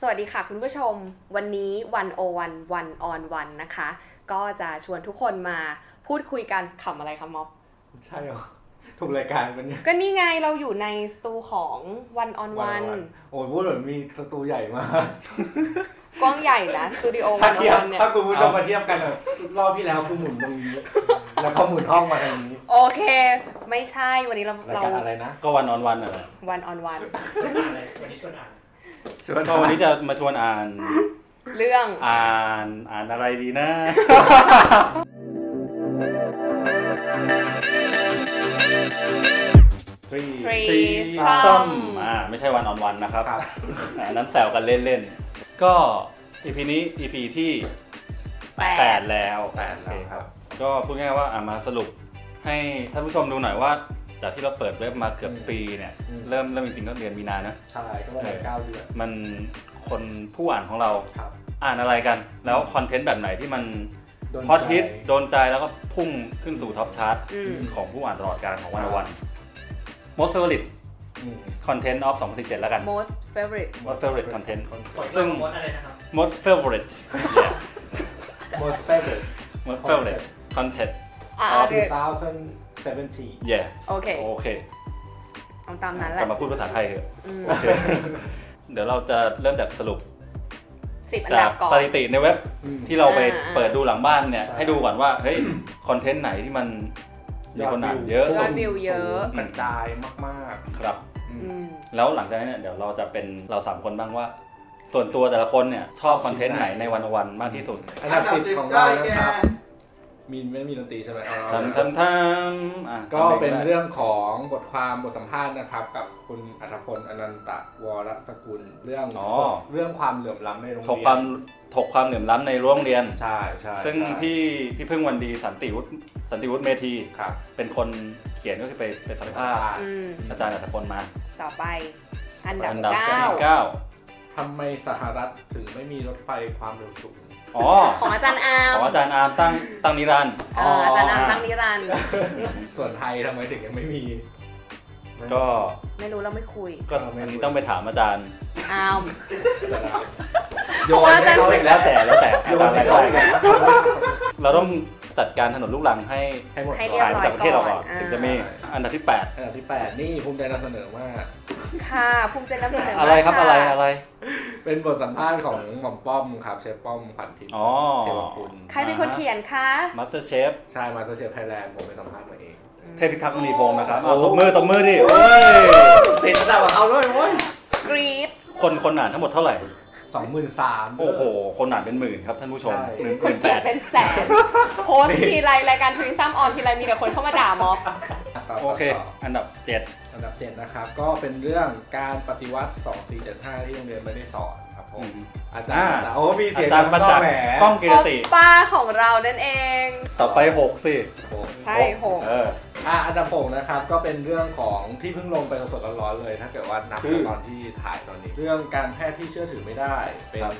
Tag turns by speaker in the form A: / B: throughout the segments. A: สวัสดีค่ะคุณผู้ชม วันนี้วันโอวันวันออนวันนะคะ ก็จะชวนทุกคนมาพูดคุยกันขำอะไรคะม็อบ
B: ใช่เหรอถูกรายการมันเนี่ย
A: ก็นี่ไงเราอยู่ในสตูของวันออนวัน
B: โอ้ยพูดเหมือนมีสตูใหญ่มาก
A: กล้องใหญ่นะสตูดิโอวั
B: ถ้าน
A: ออ
B: เที
A: น
B: ยบ
A: วันเนี่ย
B: ถ้าคุณผู้ชมมาเทียบกันอะรอบที่แล้วกูหมุนตรงนี้ แล้วเขาหมุนห้องมาทางนี้
A: โอเค ไม่ใช่วันนี้เรา
B: ราย
A: เรา
B: การอะไรนะ
C: ก็วันออนวันอ่ะแหละ
A: วันออนวัน
D: วันนี้ชวนอ่าน
B: ชวน
C: ก็วันนี้จะมาชวนอ่าน
A: เรื่อง
C: อ่านอ่านอะไรดีนะ
B: ทรี
A: ทรี
C: Tree
A: ซั
C: Sum
A: ม
C: อ่าไม่ใช่วันออนวันนะครับ
B: ครับ
C: อ่านั้นแซวกันเล่นๆ ก็อีพีนี้อีพีที่
A: แปด
C: 8 แล้ว
B: แปด
C: โอ
B: แล้
C: เคว
B: ครับ
C: ก็พูดง่ายๆว่าอ่ามาสรุปให้ท่านผู้ชมดูหน่อยว่า จากที่เราเปิดเว็บมาเกือบปีเนี่ย เริ่มเริ่มจริงๆก็เดือนมีนานะ
B: ใช่ก็ประมาณเก้าเดือน
C: มันคนผู้อ่านของเรา
B: ครับ
C: อ่านอะไรกัน แล้วคอนเทนต์แบบไหนที่มัน
B: โดน
C: ฮอตฮิต
B: ใจ
C: โดนใจแล้วก็พุ่งขึ้นสู่ท็อปชาร์ต
A: อืม
C: ของผู้อ่านตลอดการของวัน
B: ครับ
C: วัน most favorite
B: อืม
C: content of 2017 แล้วกัน
A: most favorite
C: most favorite content
D: เรื่องมดอะไรนะครับ
C: most favorite yeah
B: most favorite
C: most favorite content
A: อ่า
B: ของ
A: เดี๋ยว
B: 2017
C: yeah
A: โอเค
C: โอเค
A: เอาตามนั้นแห
C: กลั
A: ละ
C: บมาพูดภาษาไทยเถอะ
A: อืม
C: โอเค เดี๋ยวเราจะเริ่มจากสรุป
A: สิบอัน
C: จา
A: ดั
C: ก
A: บก่อน
C: สถิติในเว็บ
B: อืม
C: ที่เราไป
A: อ่า
C: เปิดดูหลังบ้านเนี่ย
B: ใช่
C: ให้ดูก่อนว่า เฮ้ย คอนเทนต์ไหนที่มันมีคนอ่านเยอะ
A: ย
C: สุ
A: อ
C: ด
A: ดวิวเยอะ
B: กระจายมาก
C: ครับ
B: ๆอืม
A: อืม
C: แล้วหลังจากนั้นเนี่ยเดี๋ยวเราจะเป็นเราสามคนบ้างว่า ส่วนตัวแต่ละคนเนี่ยชอบคอนเทนต์ไหนในวันวันมากที่สุด
B: อันดับสิบของเรานะครับ มีไม่มีดนตรีใช่ไหมเอา
C: ทำทำทำอ่ะ
B: ก็
C: ทำ
B: เป็น
C: ได้
B: เรื่องของบทความบทสัมภาษณ์นะครับ กับคุณอัธพลอนันตะวรสกุลเรื่องเรื่องความเหลื่อมล้ำในโรง
C: ถก
B: เรี
C: ควาน มถกความเหลื่อมล้ำในโรงเรียน
B: ใช่ใช่
C: ซึ่ง
B: ใช่
C: พี่พี่พึ่งวันดีสันติวุฒิสันติวุฒิเมธี
B: ครับ
C: เป็นคนเขียนก็คือไปไปสัมภาษณ์
A: อืม
C: อาจารย์อัตพลมา
A: ต่อไป อันดับ
C: อันดับ
A: เก้า
C: ที่เก้า
B: ทำไมสหรัฐถึงไม่มีรถไฟความเร็วสูง
C: อ๋อ
A: ของอาจารย์อาร์ม
C: ของอาจารย์อาร์มตั้งตั้งนิรันดร์
A: เอ่ออาจารย์อาร์มตั้งนิรันดร์
B: ส่วนไทยทำไมถึงยังไม่มี
C: ก็
A: ไม่รู้เราไม่คุย
C: ก็
B: เราไม่
C: อันนี้
B: รู้
C: ต้องไปถามอาจารย์
A: อา ร์ม
B: โยนให้เขาอีกแล้ว
C: แล้วแต่แล้วแต่อา
B: โย
C: จาน รย์
B: ให้
C: อะไรก็
B: เขาอีก
C: ได้
B: แล้ว
C: เราต้องจัดการถนนลูกรังให้
B: ให้หมด
A: ให้เรียบ
C: หาย
A: ร้อย
C: ไปจากประเทศเราก่อ
A: ก่
C: น
A: อนอ่า
C: ถึงจะมีอันดับที่แปด
B: อันดับที่แปดนี่ภูมิใจนำเสนอมาก
A: ค่ะภูมิใจนำเสนอ
C: อะ
A: อะไร
C: ครับอะไรอะไร
B: เป็นบทสัมภาษณ์ของหม่อมป้อมครับเชฟป้อมขวัญทิพย์
C: อ๋อ
B: เทวกุล
A: ใครเป็นคนเขียนคะ
C: มาสเตอร์เชฟ
B: ใช่มาสเตอร์เชฟไทยแลนด์ผมไปสัมภาษณ์มาเอง
C: เทพิทักษ์มณีพงศ์นะครับ
B: โอ้
C: อ่ะตบมือตบมือดิเว้ย
B: ติดระดับเอาด้วยโว้ย
A: กรี๊ด
C: คนคนอ่านทั้งหมดเท่าไหร่
B: สองหมื่นสาม
C: โอ้โห คนอ่านเป็นหมื่นครับท่านผู้ชม
B: ใช่
C: หนึ่งห
A: คุ
C: มื่
A: ณ
C: นแป
A: เกียร
C: ด
A: ติเป็นแสน โพสต์ทีไรรายการทวีซัมออนทีไรมีแต่คนเข้ามาด่าม็อบ
C: โอเค อันดับเจ็ด
B: อันดับเจ็ดนะครับ ก็เป็นเรื่องการปฏิวัติ 2475 ที่โรงเรียนไม่ได้สอนครับผม อาจารย์โอ้มี
C: อา
B: เสียง
C: จารย์ประจักษ์
B: แหม
C: ก้องกิร
A: โอ
C: ติ
A: ป้าของเรานั่นเอง
C: ต่อไปหกสิ
A: ใช่โห
C: เออ
B: อ่ะอันดับหกนะครับ ก็เป็นเรื่องของที่เพิ่งลงไปสดๆร้อนๆเลย ถ้าเกิดว่านับ
C: คือ
B: ตอนที่ถ่ายตอนนี้ เรื่องการแพทย์ที่เชื่อถือไม่ได้ เป็น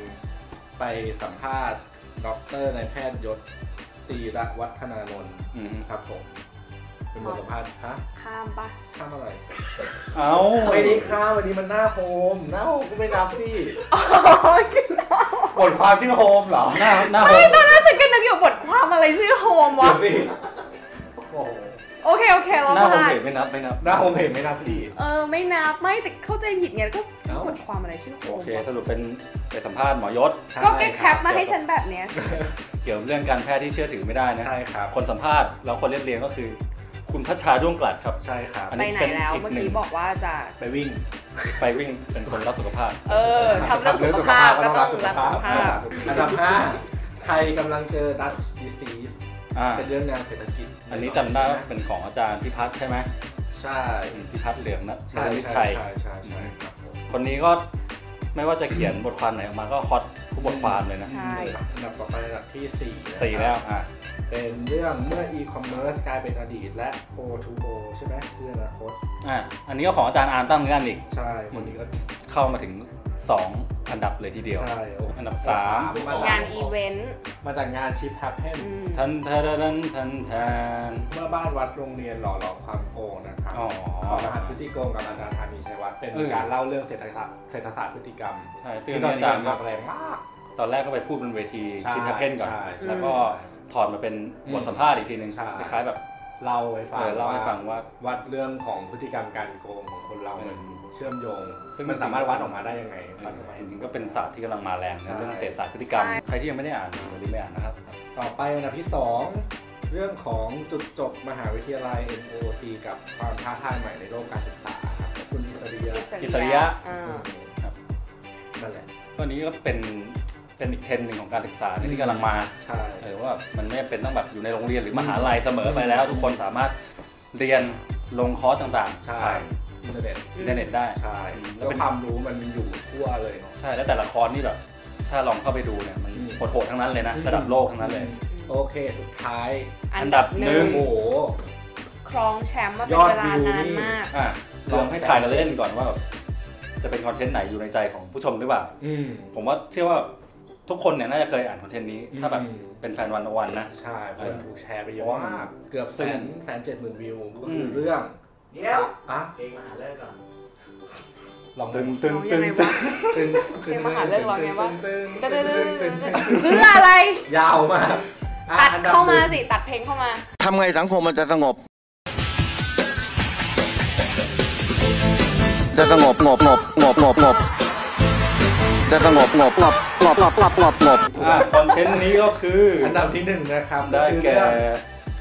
B: ไปสัมภาษณ์ด็อกเตอร์นายแพทย์ยศตรีรัตน์วัฒนานนท์
C: อืม
B: ครับผมเป็นบทสัมภาษณ์ฮะ
A: ข้ามปะ
B: ข้ามอะไร
C: เอา
B: ไม่ได้ข้ามวันนี้มันหน้าโฮมหน้าโฮมก็ไม่นับสิบทความชื่อโฮมเหรอ
C: หน้าหน้าหก
A: ไม่ตอนแรกฉันก็นึกอยู่บทความอะไรชื่อโฮมวะ
B: เดี๋ยวสิโอ้โห
A: โอเค โอเคเรา
C: หน้าหก
A: ผ่าน
C: เห็นไม่นับไม่นับ
B: หน้าโฮมเห็นไม่นับสิ
A: เออ ไม่นับ ไม่แต่เข้าใจผิดไงก็
B: เอ้า
A: บทความอะไรชื่อโฮ
C: โอ
A: ม
C: เค
A: วะ
C: สรุปเป็นไปสัมภาษณ์หมอยศ
A: ก็
B: ใช่
A: แค่แคปมาให้ฉันแบบเนี้ย
C: เกี่ยวกับเรื่องการแพทย์ที่เชื่อถือไม่ได้นะ
B: ใช่ครับ
C: คนสัมภาษณ์แล้วคนเรียบเรียงก็คือ คุณพัชชาด้วงกลัดครับ
B: ใช่ครับ
C: อัน
A: ไป
C: นี้
A: ไหน
C: เป็น
A: แล้ว
C: อีก
A: เมื่อ
C: หนึ่ง
A: กี้บอกว่าจะ
B: ไปวิ่ง
C: ไปวิ่งเป็นคนรักสุขภาพ
A: เออทำเรื่องสุขภาพก็ต้องรับสุขภาพ
B: อันดับห้าไทยกำลังเจอดัชดิซีส
C: อ่า
B: เป็นเรื่องงานเศรษฐกิจ
C: อันนี้จำได้ว่าเป็นของอาจารย์พิพัฒน์ใช่ไหม
B: ใช่
C: พิพัฒน์เหลืองนะ
B: ใช่
C: นวิ
B: ใช่
C: ชัย
B: ใช่ใช่ใช่ครับผม
C: คนนี้ก็ไม่ว่าจะเขียนบทความไหนออกมาก็ฮอตทุกบทความเลยนะ
A: ใช่
B: อันดับต่อไปอันดับที่4ี่นะครับ
C: สี่แล้วอ่ะ
B: เป็นเรื่องเมื่อ e-commerce กลายเป็นอดีตและ O2O ใช่ไหมคืออนาคต
C: อ่ะอันนี้ก็ของอาจารย์อาร์มตั้งเนื้ออันอีก
B: ใช่ คนนี้ก็
C: เข้ามาถึง 2 อันดับเลยทีเดียว
B: ใช่
C: อันดับสาม
B: มาจาง
A: าก นอีเวนต์
B: มาจากงานชิปแฮปเพน
A: อืม
C: ทันทันทันทันทัน
B: เมื่อบ้านวัดโรงเรียนหล่อหลอมความโกงนะครับ
C: อ๋อ
B: ของมหาพฤติโกงกับอาจารย์ธานีชัยวัฒน์เป็น
C: เออ
B: การเล่าเรื่องเศรษฐศาสตร์เศรษฐศาสตร์พฤติกรรม
C: ใช่ซึ่ง
B: ที่ตอ
C: อัน
B: น
C: นี้อา
B: นี้
C: จารย์ก็
B: กำลังแรงมาก
C: ตอนแรกก็ไปพูดบนเวที
B: ใช่
C: ชินเพนก่อน
B: ใช่ใช่
C: แล้วก็ถอดมาเป็นบทสัมภาษณ์อีกทีหนึ่ง
B: ใช่
C: คล้ายๆแบบ
B: เล่าให้ฟั
C: เองอเล่าให้ฟังว่า
B: วัดเรื่องของพฤติกรรมการโกงของคนเรามันเชื่อมโยง
C: ซึ่ง
B: มันสามารถวัดออกมาได้ยังไง
C: เอ
B: วัด
C: อ
B: ออกมา
C: จ
B: ยังไง
C: ริงๆก็เป็นศาสตร์ที่กำลังมาแรง
B: ใช่
C: นะเรื่องเศรษฐศาสตร์พฤติกรรม ใครที่ยังไม่ได้อ่านหรือไม่อ่านนะครับ
B: ต่อไปอันดับที่ 2 เรื่องของจุดจบมหาวิทยาลัย NOC กับความท้าทายใหม่ในโลกการศึกษาครับขอบคุณพิตริยา
C: อิสริยะ
A: อ่า
C: ครับ
B: นั่นแหละ
C: ตัวนี้ก็เป็นเป็นอีกเทรนด์หนึ่งของการศึกษาที่กำลังมา
B: ใช่
C: เออว่ามันไม่จำเป็นต้องแบบอยู่ในโรงเรียนหรือมหาลัยเสมอไปแล้ว ทุกคนสามารถเรียนลงคอร์สต่างๆ
B: ใช่
C: ผ่าน
B: อินเทอร์เน็ต
C: อินเทอร์เน็ตได้
B: ใช่
C: อืม
B: แล้วความรู้มันอยู่ทั่วเลยเนาะ
C: ใช่แล้วแต่ละคอร์สนี่แบบ ถ้าลองเข้าไปดูเนี่ยมัน
B: อืม
C: โหดๆทั้งนั้นเลยนะระดับโลกทั้งนั้นเลย
B: โอเคสุดท้าย
A: อันดับหนึ่ง
B: โอ้โห
A: ครองแชมป์มาเป็น
B: ยอด
A: เวลา
B: วิว
A: นา
B: นี่
A: นมาก
C: อ่ะลองให้ถ่ายกันเล่นก่อนว่าแบบจะเป็นคอนเทนต์ไหนอยู่ในใจของผู้ชมหรือเปล่า
B: อืม
C: ผมว่าเชื่อว่าทุกคนเนี่ยน่าจะเคยอ่านคอนเทนต์นี้
B: อืม
C: ถ้าแบบเป็นแฟนวันวันนะ
B: ใช่เพื่อนถูกแชร์ไปเยอะมากเกือบแสนแสนเจ็ดหมื่นวิวก็คืออ
C: ม
B: เรื่อง
E: เดี๋ยว
B: อ่ะ
E: เพลงมหาเลิกก่อน
B: ลอง
C: ตึง
B: ดู
C: ตึงตึง
A: เอายังไงวะเพล
B: ตึง
C: ตึง
A: งมหาเลิกร้องไงวะ
B: ตึง
A: เด
B: ตึงตึงตึงตึงตึง
A: เพื่ออะไร
B: ยาวมากอ่ะ
A: ตัด
B: อันบ
A: เข้ามา
B: หนึ่ง
A: สิ ตัดเพลงเข้ามา
E: ทำไงสังคมมันจะสงบ จะสงบงบงบงบงบงบจะสงบงบงบงบงบงบงบงบ
C: อ่ะคอนเทนต์นี้ก็คืออ
B: อันดับที่หนึ่งนะครับ
C: ได้
B: คือ
C: แก่
B: เรื่อง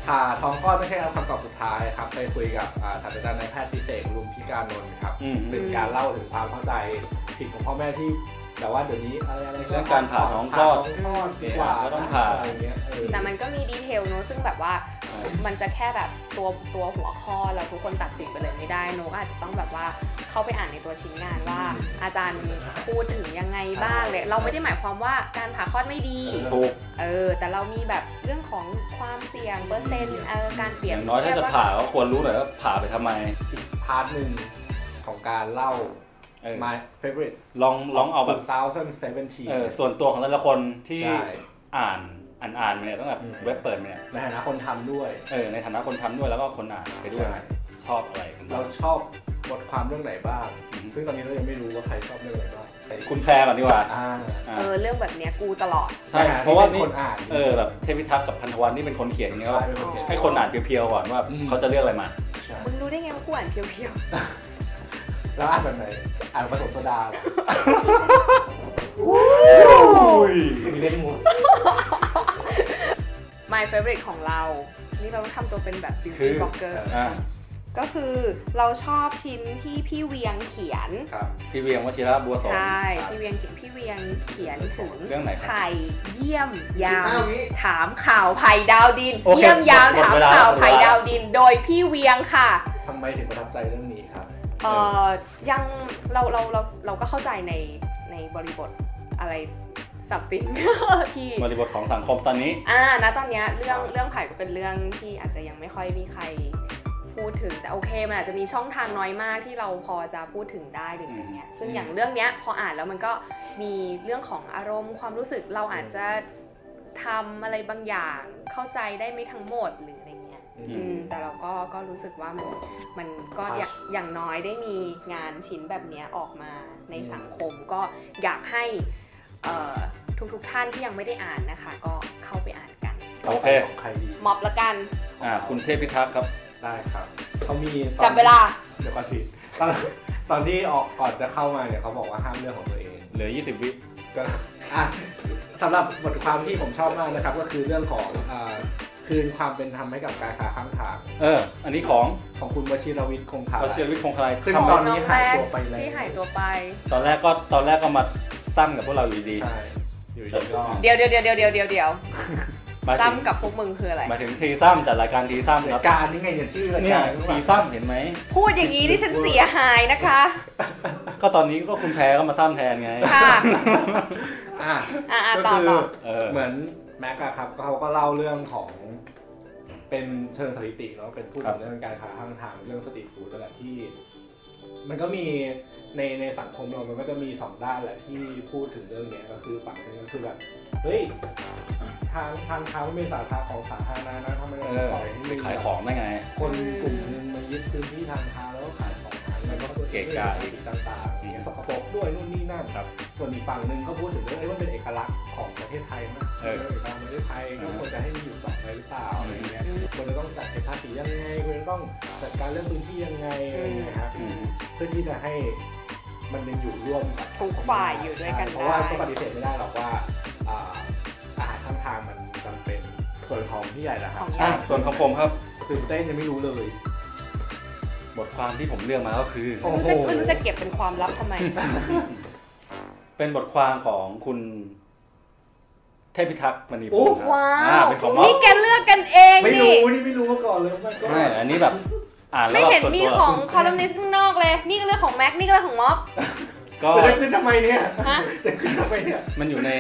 B: ผ่าท้องคลอดไม่ใช่คำตอบสุดท้ายครับไปคุยกับอ่าศาสตราจารย์นายแพทย์พิเศษลุมพิการนนท์ครับ
C: อืม
B: เป็นการเล่าถึงความเข้าใจผิดของพ่อแม่ที่แต่ว่าเดี๋ยวนี้อะไรอะไร
C: เรื่องการผ่าท้องคลอด
B: ผ่าท้องคลอดดีกว่า
C: ก็ต้องผ่า
B: อะไรเงี้ยเออ
A: แต่มันก็มีดีเทลเนอะซึ่งแบบว่ามันจะแค่แบบตัวตัวหัวข้อเราทุกคนตัดสินไปเลยไม่ได้เนอะอาจจะต้องแบบว่าเข้าไปอ่านในตัวชิ้นงานว่า อาจารย์พูดถึงยังไงบ้างเลยเราไม่ได้หมายความว่าการผ่าคลอดไม่ดี
C: ถูก
A: เออ แต่เรามีแบบเรื่องของความเสี่ยงเปอร์เซ็นต์เออการเป
C: อ
A: ลี่ยน
C: ย่างน้อยถ้าจะผ่าก็ควรรู้หน่อยว่าผ่าไปทำไม
B: พาร์ทหนึ่งของการเล่า
C: เออ
B: my favorite
C: ลองลองเอาแบบ
B: 2017
C: เออส่วนตัวของแต่ละคนที่
B: ใช่
C: อ่านอ่านอ่านมาเนี่ยตั้งแต่
B: อืม
C: เว็บเปิดมาเนี่ย
B: ในฐานะคนทำด้วย
C: เออในฐานะคนทำด้วยแล้วก็คนอ่านไปด้วย
B: ใช่
C: ชอบอะไรกันบ้า
B: เรา
C: ง
B: ชอบบทความเรื่องไหนบ้าง
C: อือฮึ
B: ซึ่งตอนนี้เรายังไม่รู้ว่าใครชอบเรื่องไหนบ้างแต่
C: คุณแพรก่อนดีกว่า
B: อ่า
C: อ่า
A: เออเรื่องแบบเนี้ยกูตลอด
C: ใช่
B: น
C: เพราะว่า
B: ที่
C: นี่
B: เป็นคนอ่าน
C: เออแบบเทพิทักษ์กับพันธวันนี่เป็นคนเขียนอย่างเงี้ย
B: ใช่เป็น
C: ก็
B: คนเขียน
C: ให้คนอ่านเพียวๆก่อนว่า
B: อืม
C: เขาจะเลือกอะไรมา
B: ใช่
A: มึงรู้ได้ไงว่ากูอ่านเพียว
B: แล้วอ่านแบบไหน อ่านผสมโซดาเหรอมีเล่นมุก
A: ๆ My favorite ของเรา นี่เราต้องทำตัวเป็นแบบ
C: คื
A: beauty
C: อ
A: blogger
C: อ่า
A: ก็คือเราชอบชิ้นที่พี่เวียงเขียน
B: ครับ
C: พี่เวียงวชิระบัวสง
A: ใช่ พี่เวียงเขียนพี่เวียงเขียนถึง
C: เรื่องไหนครับ
A: ไผ่เยี่ยมยาม
E: 15วิ
A: ถามข่าวไผ่ดาวดิน
C: โอเค
A: เยี่ยมยาม
C: หมด
A: ถาม
C: เวลา
A: ข่าว
C: หมดเวลา
A: ไผ่ดาวดิน โดยพี่เวียงค่ะ
B: ทำไมถึงประทับใจเรื่องนี้ครับ
A: เออยังเราเราเราเราก็เข้าใจในในบริบทอะไรสับติง ที่
C: บริบทของสังคมตอนนี้
A: อ่านะตอนเนี้ยเรื่อง
B: ครับ
A: เรื่องไผ่ก็เป็นเรื่องที่อาจจะยังไม่ค่อยมีใครพูดถึงแต่โอเคมันอาจจะมีช่องทางน้อยมากที่เราพอจะพูดถึงได้หรืออะไรเงี้ยซึ่งอย่างเรื่องเนี้ยพออ่านแล้วมันก็มีเรื่องของอารมณ์ความรู้สึกเราอาจจะทำอะไรบางอย่างเข้าใจได้ไม่ทั้งหมดหรืออะไรเงี้ย
B: อื
A: อื
B: ม
A: มแต่เราก็ก็รู้สึกว่ามันมันก็
B: ค
A: อ
B: รับ
A: ยางอย่างน้อยได้มีงานชิ้นแบบเนี้ยออกมาใน
B: อืม
A: สังคมก็อยากให้เอ่อทุกทุกๆท่านที่ยังไม่ได้อ่านนะคะ ก็เข้าไปอ่านกัน
C: โอเค
B: าของใครดี
A: ม็อบละกัน
C: อ่าคุณเทพิทักษ์ครับ
B: ได้ครับ เขามีตอน
A: จับเวลา
B: เดี๋ยวก่อนสิตอนตอนที่ออกก่อนจะเข้ามาเนี่ยเขาบอกว่าห้ามเรื่องของตัวเอง
C: เหลือ 20 วิ
B: ก็อ่ะสำหรับบทความที่ผมชอบมากนะครับ ก็คือเรื่องของอ่าคืนความเป็นธรรมให้กับการค้าข้างทาง
C: เออ อันนี้ของ
B: ของคุณวชิรวิทย์คงคาว
C: ชิรวิทย์คงคลาย
B: ขึ้น
C: ทำ
B: ต
C: มา
B: อนนี้หายตัวไปแล้ว
A: ที่หายตัวไป
C: ตอนแรกก็ตอนแรกก็มาซ้ำกับพวกเราอยู่ดี
B: ใช่อยู่ดีก็
A: เดี๋ยวเดี๋ยวเดี๋ยวเดี๋ยวเดี๋ยวเดี๋ยวเดี๋ยว
C: ๆ มาถึง
A: ซ้ำกับพวกมึงคืออะไร
C: มาถึงทีซ้ำจัดรายการทีซ้ำค
B: รา
C: รั
B: ย
C: บ
B: การนี่ไงเนี่ยชื่อราย
C: เนี่ย
B: การรู้
C: ที
B: ปะ
C: ซ้ำเห็นไหม
A: พูดอย่างนี้นี่ฉันเสียหายนะคะ
C: ก็ตอนนี้ก็คุณแพรก็มาซ้ำแทนไง
A: ค่ะ
B: อ่ะ
A: อ่า
B: ก็
A: ต่อ
B: คือ
A: ต่อ
C: เออ
B: เหมือนแม็กอะครับเขาก็เล่าเรื่องของ เป็นเชิงสถิติเนาะเป็นพูด
C: ครั
B: ถึ
C: บ
B: งเรื่องการค้าข้างทางเรื่องสตรีทฟู้ดนั่นแหละที่ มันก็มีในในสังคมเรา มันก็จะมีสองด้านแหละที่พูดถึงเรื่องเนี้ยก็คือฝั่งหนึงก็คือแบบ เฮ้ย ทางทางเท้าไม่สาธารณะของสาธารณะนะทำไม
C: เอ
B: เรา
C: อ
B: ปล่อยให้มัน
C: ขายของได้ไง
B: คนกลุ่มหนึงมายึดพื้นที่ทางเท้าแล้วก็ขายของขายอะไรก็
C: เกะกะอีก
B: ต่างๆอย่างเงี้ยสกปรกด้วยนู่นนี่นั่น
C: ครับ
B: ส่วนอีกฝั่งหนึ่งก็พูดถึงเรื่องเอ้ยว่าเป็นเอกลักษณ์ของประเทศไทยนะ
C: เออ
B: เอกลักษณ์ของประเทศไทยก็ควรจะให้มีอยู่ต่อไปหรือเปล่าอะไรเงี้ยควรจะต้องจัดเก็บภาษียังไงควรจะต้องจัดการเรื่องพื้นที่ยังไงอะไรเงี้ยครับ
C: อืม
B: เพื่อที่จะให้มันยังอยู่ร่วมกับ
A: ทุกฝ่ายอยู่ด้วยกัน
B: ใช่เพราะว่า
A: ได้
B: ก็ปฏิเสธไม่ได้หรอกว่าอ่าอาหารข้างทางมันจำเป็นส่วนของพี่ใหญ่ละครับ
C: อ่ะส่วนของผมครับ
B: ตื่นเต้นยังไม่รู้เลย
C: บทความที่ผมเลือกมาก็คือ
A: ไม่รู้จะไม่รู้จะเก็บเป็นความลับทำไม
C: เป็นบทความของคุณ เทพิทักษ์มณีพงศ์ครับ
A: ว้า
C: อ่
A: ว
C: เป็นของม็อ
A: นี่
C: บ
A: แกเลือกกันเอง
B: ไม่
A: นี่
B: รู้นี่ไม่รู้มาก่อนเลยมันก็
C: ไม่อันนี้แบบ อ่านแล้
A: ไม่
C: วแบบ
A: เห็น
C: ส่วน
A: มี
C: ตัว
A: ของคอลัมนิสต์ข้างนอกเลย นี่ก็เรื่องของแม็ก นี่ก็เรื่องของม็อบ
C: ก็
B: แต่จะขึ้นทำไมเนี่ย
A: ฮะ
B: จะขึ้นทำไมเนี่ย
C: มันอยู่ใน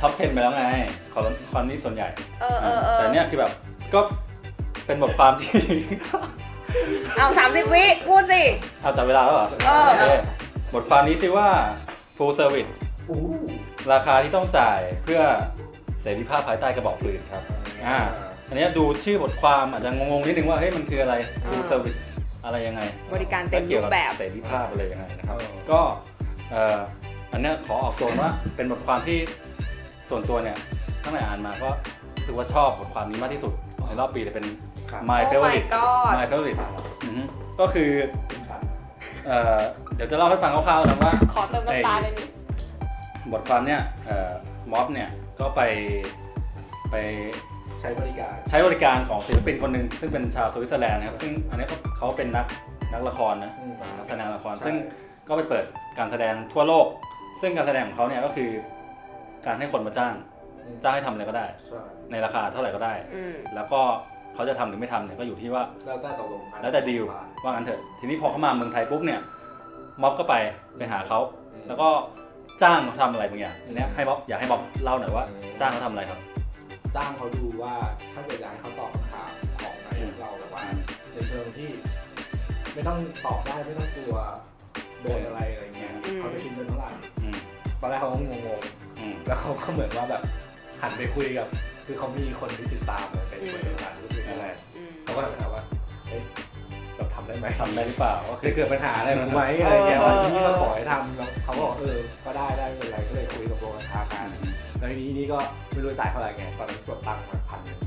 C: ท็อป 10 ไปแล้วไงคอลัมน์คอลัมน์นี้ส่วนใหญ่
A: เออเออเออ
C: แต่เนี่ยคือแบบก็เป็นบทความที่
A: เอาสามสิบวิพูดสิ
C: เอาจับเวลาแล้วเหรอ
A: เออ
C: โอเคบทความนี้ชื่อว่า full service
B: อู้
C: ราคาที่ต้องจ่ายเพื่อเสรีภาพภายใต้กระบอกปืนครับ อ่า อันเนี้ยดูชื่อบทความอาจจะงงๆนิดนึงว่าเฮ้ยมันคืออะไร full service อะไรยังไง
A: บริการเต็ม
C: และยวกั
A: รูปแบบ
C: เสรีภาพอะไรยังไงนะครับ
B: เออ
C: ก็เอ่ออันเนี้ยขอออกตัวว่า เป็นบทความที่ส่วนตัวเนี่ยตั้งแต่อ่านมาก็รู้สึกว่าชอบบทความนี้มากที่สุดในรอบปีเลยเป็น
B: ครับ
C: my
A: Oh my
C: favorite
A: god
C: my favorite อือฮึก็คือเอ่อเดี๋ยวจะเล่าให้ฟังคร่าวๆแล้วกันว่า
A: ขอเติมน้ำตาเลยนี่
C: บทความเนี่ยเอ่อม็อบเนี่ยก็ไปไป
B: ใช้บริการ
C: ใช้บริการของศิลปินคนหนึ่งซึ่งเป็นชาวสวิตเซอร์แลนด์นะครับ ซึ่งอันนี้ก็เขาเป็นนักนักละครนะ
B: อืม
C: นักแสดงละคร ซึ่งก็ไปเปิดการแสดงทั่วโลก ซึ่งการแสดงของเขาเนี่ยก็คือ การให้คนมาจ้างจ้างให้ทำอะไรก็ได้
B: ใช่
C: ในราคาเท่าไหร่ก็ได้
A: อืม
C: แล้วก็เขาจะทำหรือไม่ทำเนี่ยก็อยู่ที่ว่า
B: แล้วแต่ตกลงกัน
C: แล้วแต่ดีลว่างั้นเถอะทีนี้พอเขามาเมืองไทยปุ๊บเนี่ยม็อบก็ไปไปหาเขา
B: อืม
C: แล้วก็จ้างเขาทำอะไรบางอย่างอันเนี้ยให้บ๊อบอยากให้บ๊อบเล่าหน่อยว่า
B: อืม
C: จ้างเขาทำอะไรครับ
B: จ้างเขาดูว่าถ้าเกิดร้านเขาตอบคำถามของนายกเราแบบว่าในเชิงที่ ไม่ต้องตอบได้ไม่ต้องกลัวโดนอะไรอะไรเงี้ย
A: อืม
B: เขาจะคิดเงินเท่าไหร่
C: อืม
B: ตอนแรกเขาก็งง
C: อืม
B: ๆแล้วเขาก็เหมือนว่าแบบหันไปคุยกับ คือเขามีคนที่ติดตามเลยไปคุยกับร้านรู้สึกอะไร
A: อืม
B: เขาก็ถามว่าเอ๊ะเราทำได้ไหม
C: ทำได้หรือเปล่าก็คื
B: จะ
C: อ
B: เกิดปัญหาอะไรไหมอะไรเงี้ย
A: เออเออ
B: วันนี้ก็ขอให้ทำแล้วเขาก็บอกเออก็ได้ได้ไม่เป็นไรก็เลยคุยกับโรงกระทาการ แล้วทีนี้นี่ก็ไม่รู้จ่ายเท่าไหร่ไงตอนนั้นกดตังค์มาพันหนึ่ง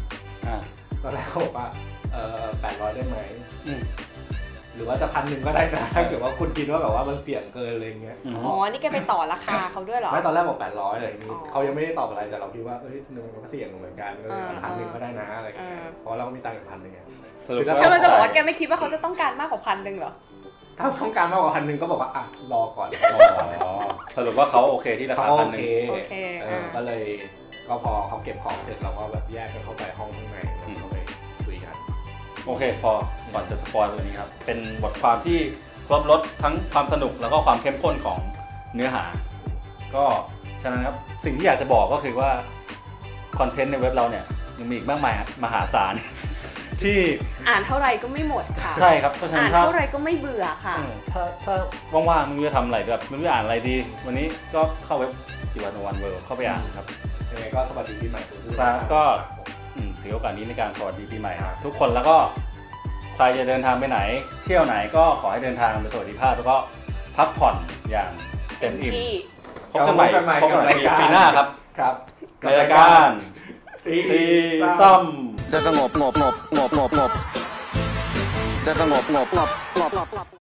C: อ่า
B: ตอนแรกเขาบอกว่าเออแปดร้อยได้ไหม
C: อืม
B: หรือว่าจะพันหนึ่งก็ได้นะถ้าเกิดว่าคุณคิดว่าแบบว่ามันเสี่ยงเกินอะไรเงี้ย
C: อืม
A: อ๋อ นี่แกไปต่อราคาเขาด้วยเหรอ
B: ไม่ตอนแรกบอกแปดร้อยอะไรอย่างงี้
A: อ๋อ
B: เขายังไม่ได้ตอบอะไรแต่เราคิดว่าเอ้ยหนึ่งมันก็เสี่ยงเหมือนกันก็เลยเอา
A: อ่า
B: พันหนึ่งก็ได้นะอะไรเงี้ย
A: อ่า
B: เพราะเราก็มีตังค์อยู่พันหนึ่งไง
C: สรุป
B: แล้ว
A: แกมันจะบอกว่าแกไม่คิดว่าเขาจะต้องการมากกว่าพันหนึ่งเหรอ
B: ถ้าต้องการมากกว่าพันหนึ่งก็บอกว่าอ่ะรอ ก่อน
C: อ๋อสรุปว่าเขาโอเคที่รา
B: เขา
C: คาพั
B: โอน
C: หนึ่
B: เค
C: ง
A: โอเค
B: เออ
A: อ่า
B: ก็เลยก็พอเขาเก็บของเสร็จเราก็แบบแยกกันเข้าไปห้องข้างในแล้ว
C: อืม
B: ก็ไปคุยกัน
C: โอเค พอก่อนจะสปอยตัวนี้ครับ เป็นบทความที่ครบรสทั้งความสนุกแล้วก็ความเข้มข้นของเนื้อหา ก็ฉะนั้นครับ สิ่งที่อยากจะบอกก็คือว่า คอนเทนต์ในเว็บเราเนี่ยยังมีอีกมากมายมหาศาล ที่
A: อ่านเท่าไหร่ก็ไม่หมดค่ะ
C: ใช่ครับเพราะฉะ
A: อ่า
C: นั้น
A: น
C: ถ้า
A: เท่าไหร่ก็ไม่เบื่อค่ะ
C: เออถ้าถ้าว่างๆไมันจะทำอะไรแบบไมันจะอ่านอะไรดี วันนี้ก็เข้าเว็บกิวันวันเวิร์เข้าไปอ่านครับ
B: ยังไงก็สวัสดีปีใหม่คุณผู้ชม
C: ครับก็ อืมถือโอกาสนี้ในการสวัสดีปีใหม่ครับทุกคนแล้วก็ใครจะเดินทางไปไหน เที่ยวไหนก็ขอให้เดินทางโดยสวัสดิภาพแล้วก็พักผ่อนอย่างเต็มอิ่ม
A: ที่
C: พบกันใหม่
B: พบกันใหม่
C: พบกันใหม่
B: กับรายการ
C: ปีหน้าครับ
B: ครับ
C: ในรายการตีซ้ำ
E: ได้สงบงบงบงบงบงบได้สงบงบงบงบงบ